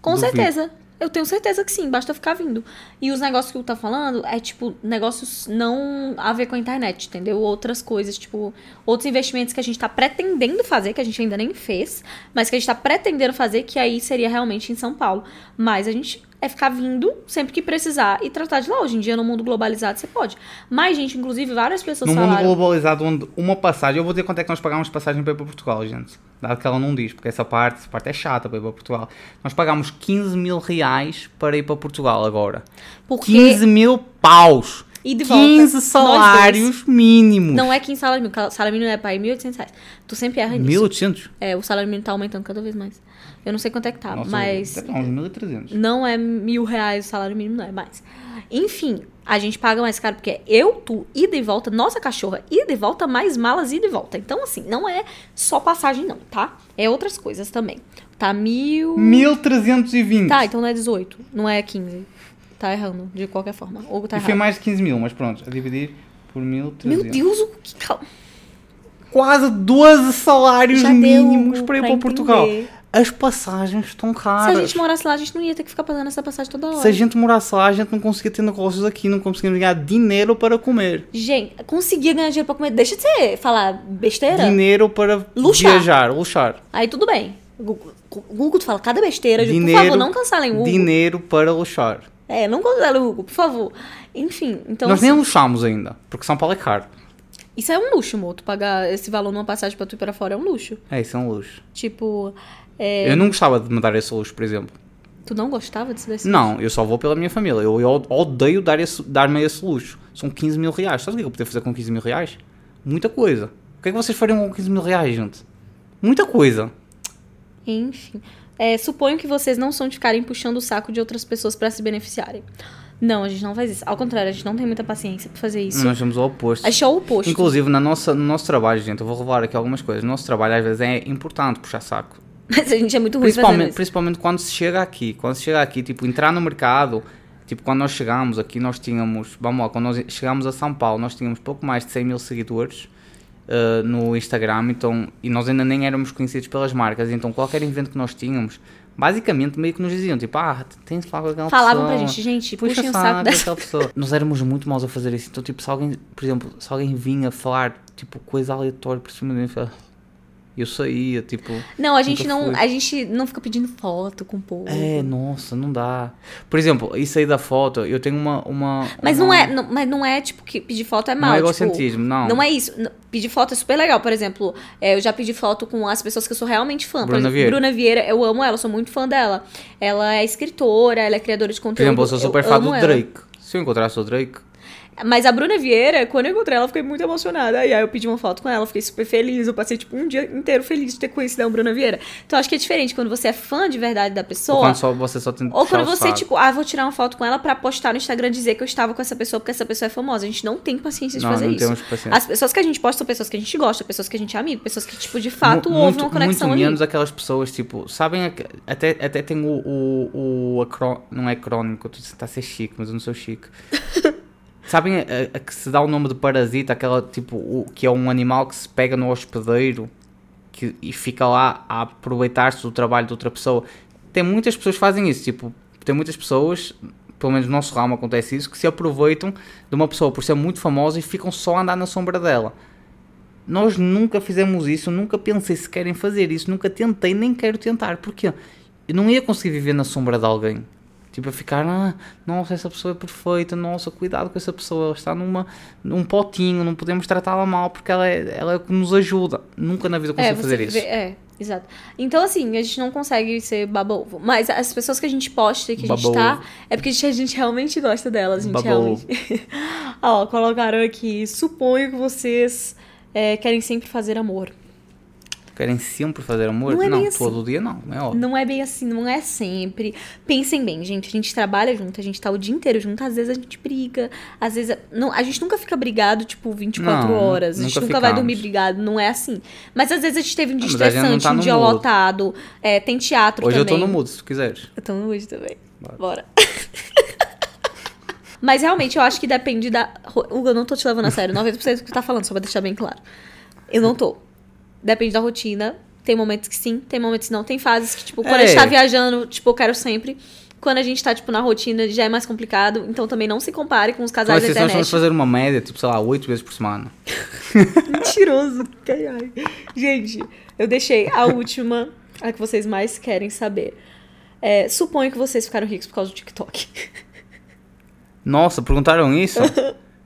Com Duvido. certeza. Eu tenho certeza que sim, basta ficar vindo. E os negócios que tu tá falando é, tipo, negócios não a ver com a internet, entendeu? Outras coisas, tipo, outros investimentos que a gente tá pretendendo fazer, que a gente ainda nem fez, mas que a gente tá pretendendo fazer, que aí seria realmente em São Paulo. Mas a gente é ficar vindo sempre que precisar e tratar de lá. Hoje em dia, no mundo globalizado, você pode. Mas, gente, inclusive, várias pessoas No mundo falaram. globalizado, onde uma passagem. Eu vou dizer quanto é que nós pagámos passagem para ir para Portugal, gente. Dado que ela não diz, porque essa parte, essa parte é chata para ir para Portugal. Nós pagámos 15 mil reais para ir para Portugal agora. Porque 15 mil paus! E de volta. 15 Nós dois. salários mínimos. Não é 15 salário mínimo. Salário mínimo é, pai, 1.800 reais. Tu sempre erra nisso. 1800? É, o salário mínimo tá aumentando cada vez mais. Eu não sei quanto é que tá, Nossa, mas... deve dar uns 1300. Não é mil reais o salário mínimo, não é mais. Enfim, a gente paga mais caro porque é eu, tu, ida e volta, nossa cachorra, ida e volta, mais malas, ida e volta. Então, assim, não é só passagem, não, tá? É outras coisas também. Tá mil. 1320. Tá, então não é 18, não é 15. Tá errando, de qualquer forma. Ou tá e foi errado. mais de 15 mil, mas pronto, a dividir por 1300. Meu Deus, o que. cal- Quase 12 salários Já deu um mínimos para ir pra para Portugal. entender. As passagens estão Se a caras. gente morasse lá, a gente não ia ter que ficar pagando essa passagem toda hora. Se a gente morasse lá, a gente não conseguia ter negócios aqui, não conseguimos ganhar dinheiro para comer. Gente, conseguia ganhar dinheiro pra comer. Deixa de ser falar besteira. Dinheiro para Luxar. viajar, luxar. Aí tudo bem. Google, Google, tu fala cada besteira. eu digo, dinheiro, por favor, não cancelem o Google. Dinheiro para luxar. É, não cancelem o Google, por favor. Enfim, então. Nós assim, nem luxamos ainda, porque São Paulo é caro. Isso é um luxo, amor. Tu pagar esse valor numa passagem pra tu ir pra fora é um luxo. É, isso é um luxo. Tipo, é, Eu não gostava de me dar esse luxo, por exemplo. tu não gostava disso desse Não, eu só vou pela minha família. Eu, eu odeio dar esse- dar-me esse luxo. São 15 mil reais. Sabe o que eu poderia fazer com 15 mil reais? Muita coisa. O que é que vocês fariam com 15 mil reais, gente? Muita coisa. Enfim. É, suponho que vocês não são de ficarem puxando o saco de outras pessoas pra se beneficiarem. Não, a gente não faz isso. Ao contrário, a gente não tem muita paciência pra fazer isso. Nós somos o oposto. A gente é o oposto. Hum. Inclusive, na nossa, no nosso trabalho, gente, eu vou revelar aqui algumas coisas. No nosso trabalho, às vezes, é importante puxar saco. Mas a gente é muito ruim fazendo Principalmente, isso. principalmente quando se chega aqui. Quando se chega aqui, tipo, entrar no mercado. Tipo, quando nós chegámos aqui, nós tínhamos. Vamos lá, quando nós chegámos a São Paulo, nós tínhamos pouco mais de 100 mil seguidores eh, no Instagram. Então, e nós ainda nem éramos conhecidos pelas marcas. Então, qualquer evento que nós tínhamos, basicamente, meio que nos diziam, tipo, ah, tem se falar com aquela Falavam pra pessoa. gente, gente, Puxa então puxem o saco dessa daquela pessoa. Nós éramos muito maus a fazer isso. Então, tipo, se alguém, por exemplo, se alguém vinha falar, tipo, coisa aleatória por cima de mim, eu falava, "Ah, eu saía, tipo. Não, a gente Nunca não, fui. a gente não fica pedindo foto com o povo. É, nossa, não dá. Por exemplo, isso aí da foto, eu tenho uma. uma Mas uma- não é, não, mas não é tipo que pedir foto é Não mal, é tipo, egocentrismo, não. não é isso. N- Pedir foto é super legal, por exemplo, é, eu já pedi foto com as pessoas que eu sou realmente fã. Por Bruna exemplo, Vieira. Bruna Vieira, eu amo ela, sou muito fã dela. Ela é escritora, ela é criadora de conteúdo. Por exemplo, eu sou super fã amo do ela. Drake. Se eu encontrasse o Drake, Mas a Bruna Vieira, quando eu encontrei ela, eu fiquei muito emocionada. E aí eu pedi uma foto com ela, fiquei super feliz. Eu passei, tipo, um dia inteiro feliz de ter conhecido a Bruna Vieira. Então acho que é diferente quando você é fã de verdade da ou pessoa. quando só, você só tem de Ou puxar quando o você, saco. tipo, ah, vou tirar uma foto com ela pra postar no Instagram e dizer que eu estava com essa pessoa porque essa pessoa é famosa. A gente não tem paciência de não, fazer não isso. Assim, temos paciência. As pessoas que a gente posta são pessoas que a gente gosta, pessoas que a gente é amigo, pessoas que, tipo, de fato Mu- houve uma conexão muito ali. menos aquelas pessoas, tipo, sabem, aque- até, até tem o, o, o acro- não é crônico, tu está a ser chique, mas eu não sou chique. sabem a, a que se dá o nome de parasita, aquela, tipo, o, que é um animal que se pega no hospedeiro que, e fica lá a aproveitar-se do trabalho de outra pessoa. Tem muitas pessoas que fazem isso, tipo, tem muitas pessoas, pelo menos no nosso ramo acontece isso, que se aproveitam de uma pessoa por ser muito famosa e ficam só a andar na sombra dela. Nós nunca fizemos isso, nunca pensei se querem fazer isso, nunca tentei, nem quero tentar, porque eu não ia conseguir viver na sombra de alguém. Tipo, a ficar, ah, nossa, essa pessoa é perfeita, nossa, cuidado com essa pessoa, ela está numa, num potinho, não podemos tratá-la mal porque ela é, ela é o que nos ajuda. Nunca na vida consegui é, você fazer vê- isso. É, exato. Então, assim, a gente não consegue ser baba-ovo. Mas as pessoas que a gente posta e que a gente tá, Baba-ovo. é porque a gente, a gente realmente gosta delas, a gente Baba-ovo. realmente. Ó, colocaram aqui, suponho que vocês é, querem sempre fazer amor. Querem sempre fazer amor? Não é bem assim. todo dia não, é óbvio. Não é bem assim, não é sempre. Pensem bem, gente. A gente trabalha junto, a gente tá o dia inteiro junto. Às vezes a gente briga, às vezes. a- Não, a gente nunca fica brigado, tipo, 24 Não, horas. A gente nunca nunca, vai ficamos. dormir brigado, não é assim. Mas às vezes a gente teve um dia Não, mas a gente não estressante, tá um no dia mood. lotado. É, tem teatro Hoje eu também. estou no mudo, se tu quiseres. Eu tô no mood também. Bora. Bora. Mas realmente eu acho que depende da. Hugo, eu não tô te levando a sério. 90% do que tu tá falando, só pra deixar bem claro. Eu não tô. Depende da rotina. Tem momentos que sim, tem momentos que não. Tem fases que, tipo, quando a gente É. tá viajando, tipo, eu quero sempre. Quando a gente tá, tipo, na rotina, já é mais complicado. Então também não se compare com os Então, casais da assim, se nós vamos internet. fazer uma média, tipo, sei lá, 8 vezes por semana. Mentiroso. Ai, ai. Gente, eu deixei a última, a que vocês mais querem saber. É, suponho que vocês ficaram ricos por causa do TikTok. Nossa, perguntaram isso?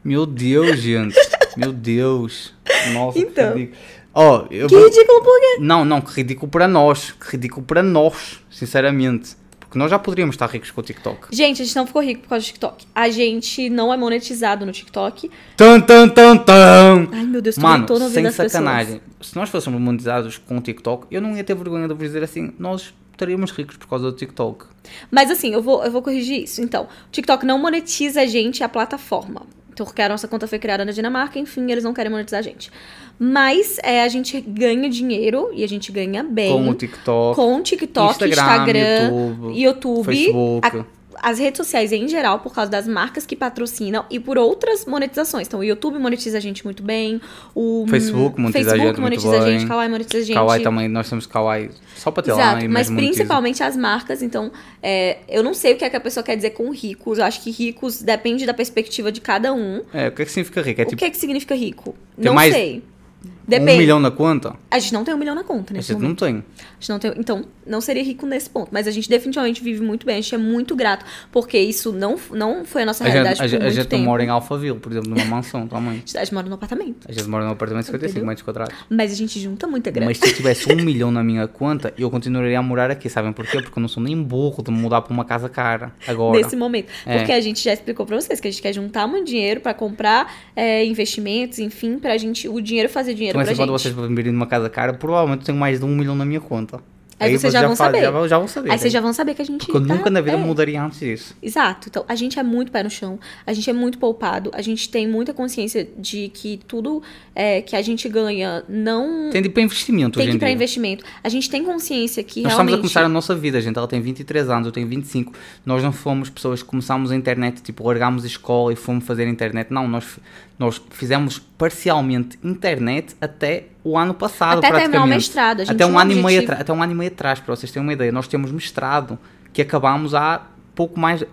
Meu Deus, gente. Meu Deus. Nossa, Então. que ridículo. Ó, eu Que ridículo, por quê? Não, não, que ridículo para nós. Que ridículo para nós, sinceramente. Porque Porque nós já poderíamos estar ricos com o TikTok. Gente, a gente não ficou rico por causa do TikTok. A gente não é monetizado no TikTok. Tan, tan, tan, tan! Ai, meu Deus, tu Mano, matou na vida sem das pessoas. sacanagem. Se nós fôssemos monetizados com o TikTok, eu não ia ter vergonha de vos dizer assim, nós estaríamos ricos por causa do TikTok. Mas assim, eu vou, eu vou corrigir isso. Então, o TikTok não monetiza a gente, é a plataforma. Porque a nossa conta foi criada na Dinamarca, enfim, eles não querem monetizar a gente. Mas é, a gente ganha dinheiro e a gente ganha bem. Com o TikTok, com TikTok, Instagram, Instagram, YouTube, YouTube, Facebook. a- as redes sociais em geral, por causa das marcas que patrocinam e por outras monetizações. Então, o YouTube monetiza a gente muito bem, o Facebook monetiza a Facebook gente monetiza muito a gente, bem. Kawaii monetiza a gente. Kawaii também, nós temos Kawaii só para ter lá, Exato, né? mas monetiza. principalmente as marcas, então é, eu não sei o que é que a pessoa quer dizer com ricos. Eu acho que ricos depende da perspectiva de cada um. É, o que é que significa rico? É o tipo que é que significa rico? Não mais- sei. um Depende. milhão na conta? A gente não tem um milhão na conta, A nesse gente momento. não tem. A gente não tem, então, não seria rico nesse ponto. Mas a gente definitivamente vive muito bem, a gente é muito grato, porque isso não, não foi a nossa A gente, realidade a gente- por a é muito gente não tempo. mora em Alphaville, por exemplo, numa mansão também. A gente mora num apartamento. A gente mora num apartamento de 55 Entendeu? É metros quadrados. Mas a gente junta muita grana. Mas se eu tivesse um milhão na minha conta, eu continuaria a morar aqui. Sabem porquê? Porque eu não sou nem burro de mudar para uma casa cara agora. Nesse momento. É. Porque a gente já explicou pra vocês que a gente quer juntar muito dinheiro pra comprar é, investimentos, enfim, pra gente. O dinheiro fazer dinheiro Então, pra assim, gente. quando vocês virem numa casa cara, provavelmente eu tenho mais de um milhão na minha conta. Aí vocês já vão fa- saber. Já, vão- já vão saber. Aí vocês né? já vão saber que a gente. Porque eu tá- nunca na vida é. mudaria antes disso. Exato. Então, a gente é muito pé no chão, a gente é muito poupado, a gente tem muita consciência de que tudo é, que a gente ganha não Tem de ir para investimento tem hoje que em ir pra dia. investimento. A gente tem consciência que Nós estamos a realmente. começar a nossa vida, gente. Ela tem 23 anos, eu tenho 25. Nós não fomos pessoas que começámos a internet, tipo, largámos a escola e fomos fazer internet. Não, nós, nós fizemos parcialmente internet até o ano passado, Até terminar o praticamente. mestrado, a gente até, um tinha um ano e meio objetivo. atra- até um ano e meio atrás, para vocês terem uma ideia. Nós temos mestrado que acabámos há pouco mais...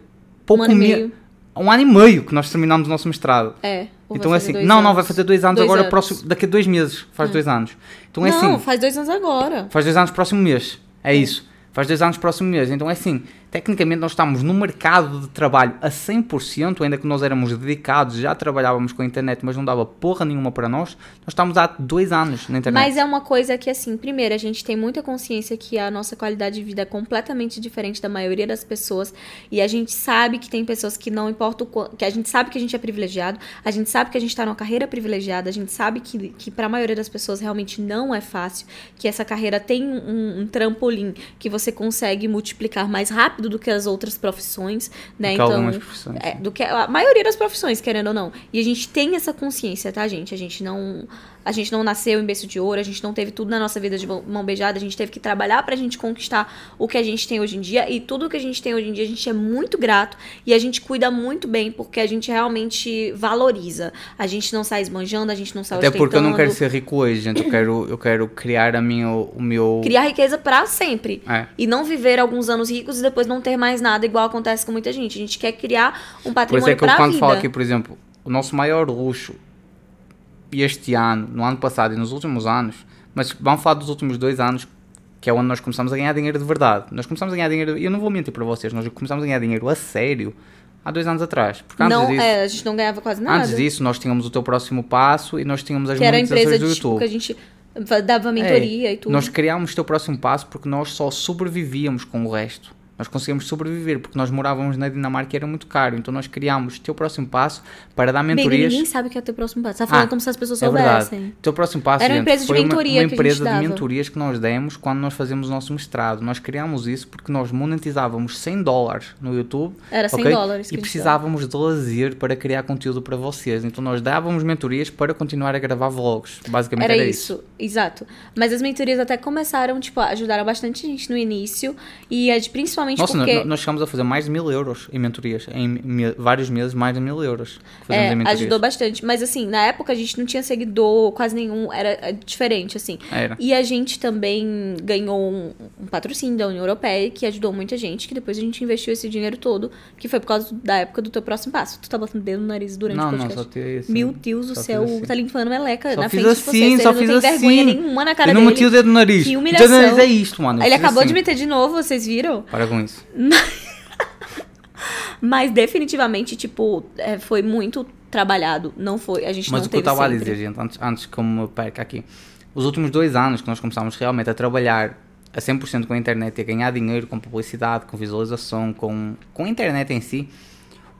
Pouco Um ano e me- meio. Um ano e meio que nós terminámos o nosso mestrado. É. ou vai Então é fazer assim, não, dois não, anos. vai fazer dois anos Dois agora, anos. Hum. próximo, daqui a dois meses faz dois anos. Então é não, assim, faz dois anos agora. Faz dois anos próximo mês. É isso. Faz dois anos próximo mês. Então é assim, tecnicamente nós estamos no mercado de trabalho a 100%, ainda que nós éramos dedicados, já trabalhávamos com a internet, mas não dava porra nenhuma para nós. Nós estamos há dois anos na internet. Mas é uma coisa que, assim, primeiro, a gente tem muita consciência que a nossa qualidade de vida é completamente diferente da maioria das pessoas. E a gente sabe que tem pessoas que não importa o quanto. Que a gente sabe que a gente é privilegiado, a gente sabe que a gente tá numa carreira privilegiada, a gente sabe que, que para a maioria das pessoas realmente não é fácil, que essa carreira tem um, um trampolim que você consegue multiplicar mais rápido do que as outras profissões, né? Que então. algumas profissões. É, do que a maioria das profissões, querendo ou não. E a gente tem essa consciência, tá, gente? A gente não a gente não nasceu em berço de ouro, a gente não teve tudo na nossa vida de mão mão beijada, a gente teve que trabalhar pra gente conquistar o que a gente tem hoje em dia e tudo que a gente tem hoje em dia a gente é muito grato e a gente cuida muito bem porque a gente realmente valoriza. A gente não sai esbanjando, a gente não sai Até ostentando. porque eu não quero ser rico hoje, gente. Eu quero, eu quero criar a minha, o meu. criar riqueza pra sempre. É. E não viver alguns anos ricos e depois não ter mais nada, igual acontece com muita gente. A gente quer criar um Por patrimônio isso é que eu pra quando vida. falo aqui, por exemplo, o nosso maior luxo este ano, no ano passado e nos últimos anos, mas vamos falar dos últimos dois anos, que é onde nós começamos a ganhar dinheiro de verdade. Nós começamos a ganhar dinheiro, e eu não vou mentir para vocês, nós começamos a ganhar dinheiro a sério há dois anos atrás. Porque antes, não, disso, é, a gente não ganhava quase nada. antes disso, nós tínhamos o teu próximo passo e nós tínhamos as que era a monetizações empresa do de, tipo, YouTube. que a gente fa- dava mentoria É, e tudo. Nós criámos o teu próximo passo porque nós só sobrevivíamos com o resto. Nós conseguíamos sobreviver porque nós morávamos na Dinamarca e era muito caro. Então nós criámos o teu próximo passo para dar Baby, mentorias. ninguém sabe o que é o teu próximo passo. Você tá falando Ah, como se as pessoas É verdade. soubessem. O teu próximo passo Era uma gente, empresa de foi uma- mentoria uma, que a gente empresa dava. de mentorias que nós demos quando nós fazíamos o nosso mestrado. Nós criámos isso porque nós monetizávamos 100 dólares no YouTube. Era 100 ok? dólares que E a gente precisávamos de lazer para criar conteúdo para vocês. Então nós dávamos mentorias para continuar a gravar vlogs. Basicamente Era era, isso. exato. Mas as mentorias até começaram, tipo, ajudaram bastante gente no início. E é de- principalmente Nossa, porque. nós, nós chegamos a fazer mais de mil euros em mentorias. Em me- vários meses, mais de mil euros. que Fazemos É, em mentorias. ajudou bastante. Mas assim, na época a gente não tinha seguidor quase nenhum, era é, diferente, assim. Era. E a gente também ganhou um, um patrocínio da União Europeia que ajudou muita gente, que depois a gente investiu esse dinheiro todo, que foi por causa da época do teu próximo passo. Tu tá botando dedo no nariz durante o Não, não, podcast. só tirei assim. Meu Deus do Só céu, fiz assim. tá limpando meleca Só na fiz frente de assim, vocês. só ele fiz não tem assim. vergonha nenhuma na cara eu não dele. meti o dedo no nariz. Que O dedo no humilhação. nariz é isto, mano. Eu Ele fiz acabou de assim. meter de novo, vocês viram? Para com isso. Mas definitivamente, tipo, é, foi muito trabalhado. Não foi, a gente Mas não o que eu teve estava a sempre. dizer, gente, antes, antes que eu me perca aqui, os últimos dois anos que nós começámos realmente a trabalhar a 100% com a internet e a ganhar dinheiro com publicidade, com visualização, com, com a internet em si,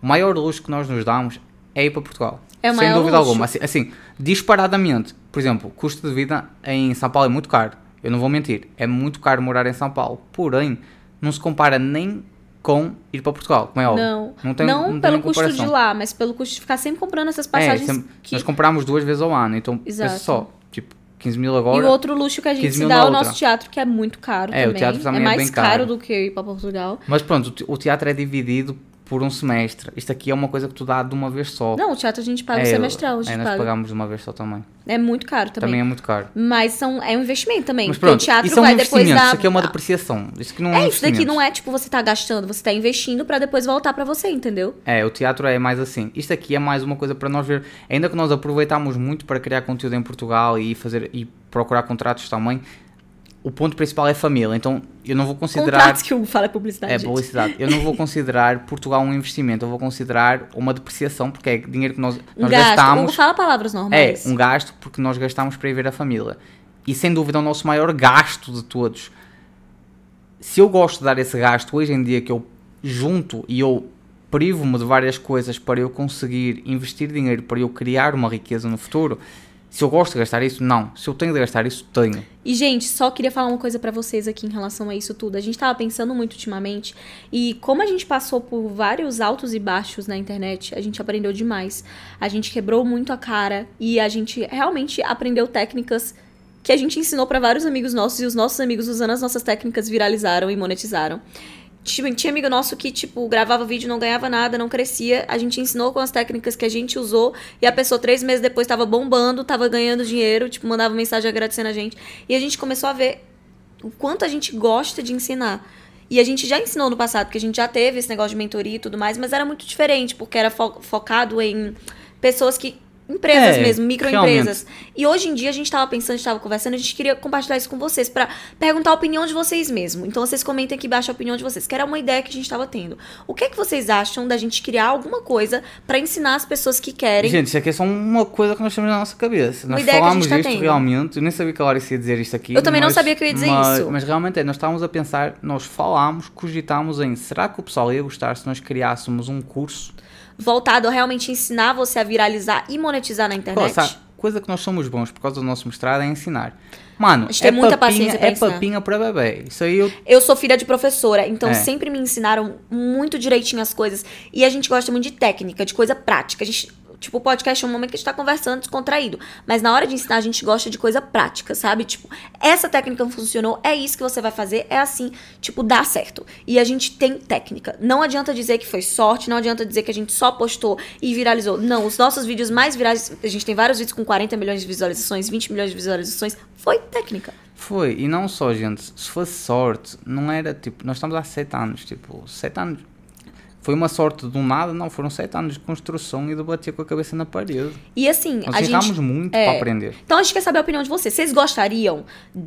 o maior luxo que nós nos damos é ir para Portugal. É o Sem maior dúvida luxo. alguma. Assim, assim, disparadamente. Por exemplo, custo de vida em São Paulo é muito caro. Eu não vou mentir. É muito caro morar em São Paulo. Porém, não se compara nem com ir para Portugal, como é óbvio. Não, Não tem- não tem pelo nem custo de comparação. lá, mas pelo custo de ficar sempre comprando essas É, passagens sempre- que... Nós comprámos duas vezes ao ano. Então, Exato. pensa só. Tipo, 15 mil E agora. o outro luxo que a gente 15 se mil dá na é o outra. nosso teatro, que é muito caro É, o também. teatro também é é mais bem caro caro. do que ir pra Portugal. Mas pronto, o te- o teatro é dividido por um semestre. Isto aqui é uma coisa que tu dá de uma vez só. Não, o teatro a gente paga é, o semestral, a gente é, nós paga. pagámos de uma vez só também. É muito caro também. Também, é muito caro. Mas são, é um investimento também. Mas porque pronto, o teatro isso é um vai depois investimento. dar. Isso aqui é uma depreciação. Isso aqui não é, um É, isso daqui investimento. não é tipo você tá gastando, você tá investindo pra depois voltar pra você, entendeu? É, o teatro é mais assim. Isto aqui é mais uma coisa para nós ver. Ainda que nós aproveitámos muito para criar conteúdo em Portugal e fazer e procurar contratos também, o ponto principal é família. Então, eu não vou considerar Contratos que o Hugo fala é publicidade. É gente. publicidade. Eu não vou considerar Portugal um investimento, eu vou considerar uma depreciação, porque é dinheiro que nós, Um nós gasto. O Hugo gastamos. fala palavras É, normais. um gasto porque nós gastamos para ir ver a família. E sem dúvida é o nosso maior gasto de todos. Se eu gosto de dar esse gasto hoje em dia que eu junto e eu privo-me de várias coisas para eu conseguir investir dinheiro, para eu criar uma riqueza no futuro, se eu gosto de gastar isso, não. Se eu tenho de gastar isso, tenho. E, gente, só queria falar uma coisa pra vocês aqui em relação a isso tudo. A gente tava pensando muito ultimamente e como a gente passou por vários altos e baixos na internet, a gente aprendeu demais. A gente quebrou muito a cara e a gente realmente aprendeu técnicas que a gente ensinou pra vários amigos nossos e os nossos amigos usando as nossas técnicas viralizaram e monetizaram. Tinha, tinha amigo nosso que, tipo, gravava vídeo, não ganhava nada, não crescia. A gente ensinou com as técnicas que a gente usou. E a pessoa, três meses depois, tava bombando, tava ganhando dinheiro, tipo, mandava mensagem agradecendo a gente. E a gente começou a ver o quanto a gente gosta de ensinar. E a gente já ensinou no passado, porque a gente já teve esse negócio de mentoria e tudo mais, mas era muito diferente, porque era fo- focado em pessoas que. Empresas É, mesmo, microempresas. E hoje em dia a gente tava pensando, a gente tava conversando, a gente queria compartilhar isso com vocês pra perguntar a opinião de vocês mesmo. Então vocês comentem aqui embaixo a opinião de vocês, que era uma ideia que a gente tava tendo. O que é que vocês acham da gente criar alguma coisa pra ensinar as pessoas que querem? Gente, isso aqui é só uma coisa que nós temos na nossa cabeça. Uma Nós ideia que a falámos gente tá disto tendo. realmente. Eu nem sabia que a Larissa ia dizer isto aqui. Eu também não sabia que eu ia dizer mas- isso. Mas realmente é, nós estávamos a pensar, nós falámos, cogitámos em será que o pessoal ia gostar se nós criássemos um curso? Voltado a realmente ensinar você a viralizar e monetizar na internet? Pô, sabe, coisa que nós somos bons por causa do nosso mestrado é ensinar. Mano, A gente é, tem muita papinha, paciência pra é ensinar. papinha para bebê. Isso aí eu Eu sou filha de professora, então É. sempre me ensinaram muito direitinho as coisas. E a gente gosta muito de técnica, de coisa prática. A gente, tipo, o podcast é um momento que a gente tá conversando descontraído. Mas na hora de ensinar, a gente gosta de coisa prática, sabe? Tipo, essa técnica não funcionou, é isso que você vai fazer, é assim. Tipo, dá certo. E a gente tem técnica. Não adianta dizer que foi sorte, não adianta dizer que a gente só postou e viralizou. Não, os nossos vídeos mais virais, a gente tem vários vídeos com 40 milhões de visualizações, 20 milhões de visualizações, foi técnica. Foi, e não só, gente. Se fosse sorte, não era tipo. Nós estamos há 7 anos, tipo, 7 anos. Foi uma sorte do nada, não. Foram 7 anos de construção e de bater com a cabeça na parede. E assim, Nós a gente. erramos muito é. para aprender. Então a gente quer saber a opinião de vocês. Vocês gostariam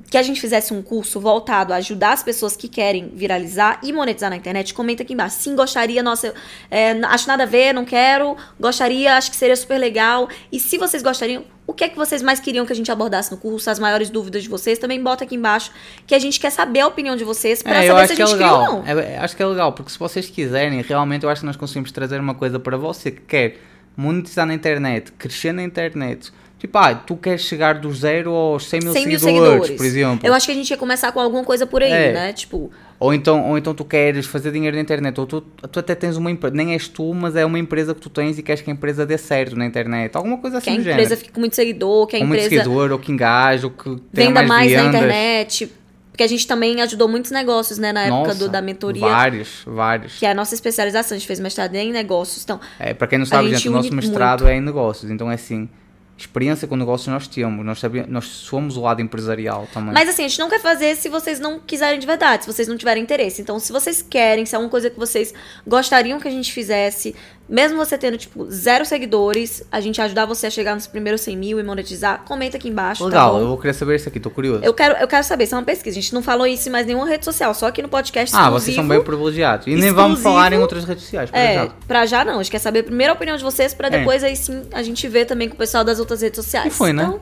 que a gente fizesse um curso voltado a ajudar as pessoas que querem viralizar e monetizar na internet? Comenta aqui embaixo. Sim, gostaria, nossa, é, n- acho nada a ver, não quero, gostaria, acho que seria super legal. E se vocês gostariam, o que é que vocês mais queriam que a gente abordasse no curso? As maiores dúvidas de vocês, também bota aqui embaixo, que a gente quer saber a opinião de vocês pra É, eu saber acho se a que é gente cria ou legal. não. É, é, acho que é legal, porque se vocês quiserem, realmente eu acho que nós conseguimos trazer uma coisa para você que quer monetizar na internet, crescer na internet. Tipo, ah, tu queres chegar do zero aos 100 É, mil, 100 mil seguidores, seguidores. por exemplo. Eu acho que a gente ia começar com alguma coisa por aí, É. né? Tipo, Ou então, ou então tu queres fazer dinheiro na internet, ou tu, tu até tens uma empresa, nem és tu, mas é uma empresa que tu tens e queres que a empresa dê certo na internet, alguma coisa que assim a do empresa género. fique com muito seguidor, que a Ou muito empresa seguidor, ou que engaje, ou que tenha venda mais, na vendas. internet. Porque a gente também ajudou muitos negócios, né? Na época Nossa, do, da mentoria. Vários, vários. Que é a nossa especialização. A gente fez mestrado em negócios. Então, É, para quem não sabe, gente gente, o nosso une mestrado é em negócios, então é assim, experiência com negócios nós temos, nós, sabe, nós somos o lado empresarial também. Mas assim, a gente não quer fazer se vocês não quiserem de verdade, se vocês não tiverem interesse. Então, se vocês querem, se é uma coisa que vocês gostariam que a gente fizesse, mesmo você tendo, tipo, zero seguidores, a gente ajudar você a chegar nos primeiros 100 mil e monetizar, comenta aqui embaixo. Legal, tá bom? eu vou querer saber isso aqui, estou curioso. Eu quero, eu quero saber, isso é uma pesquisa. A gente não falou isso em mais nenhuma rede social, só aqui no podcast ah, exclusivo. vocês são bem privilegiados. E nem vamos exclusivo. falar em outras redes sociais, por É, exemplo. pra já não. A gente quer saber primeiro a opinião de vocês, pra É. depois aí sim a gente ver também com o pessoal das outras redes sociais. E foi, né? Então,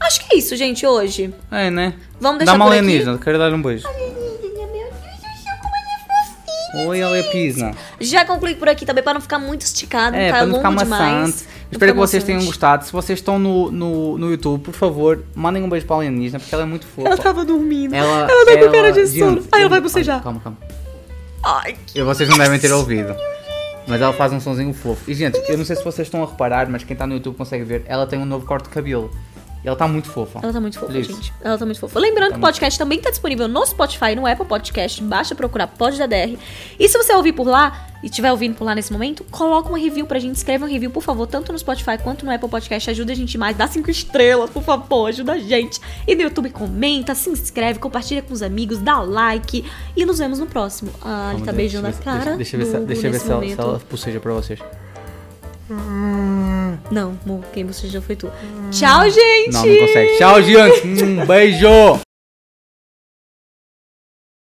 Acho que é isso, gente, hoje. É, né? Vamos deixar Dá uma por aqui. alienígena, quero dar um beijo. Oi, Ale Pisa. Já concluí por aqui também, pra não ficar muito esticado, É, não pra ficar não ficar longo demais. maçante. Não Espero ficar que vocês maçante. tenham gostado. Se vocês estão no, no, no YouTube, por favor, mandem um beijo pra alienígena, porque ela é muito fofa. Ela tava dormindo. Ela, é ela tá com ela- um cara de gente, sono. Ai, ela eu- vai bocejar. Calma, calma. Ai, E vocês não devem ter ouvido. Mas ela faz um sonzinho fofo. E, gente, eu não sei se vocês estão a reparar, mas quem tá no YouTube consegue ver, ela tem um novo corte de cabelo. E ela tá muito fofa. Ela tá muito fofa, Liz. gente. Ela tá muito fofa. Lembrando que o podcast também tá disponível no Spotify, no Apple Podcast. Basta procurar Pod da DR. E se você ouvir por lá e estiver ouvindo por lá nesse momento, coloca um review pra gente. Escreve um review, por favor, tanto no Spotify quanto no Apple Podcast. Ajuda a gente mais. Dá cinco estrelas, por favor. Ajuda a gente. E no YouTube comenta, se inscreve, compartilha com os amigos, dá like. E nos vemos no próximo. Ah, ele Calma, tá deixa- beijando a deixa- cara. Deixa, deixa eu ver, do se, Hugo deixa eu ver nesse se, ela, momento. se ela boceja pra vocês. Não, amor, quem você já foi tu. Tchau, gente! Ah. Não, não consegue. Tchau, gente. Um beijo.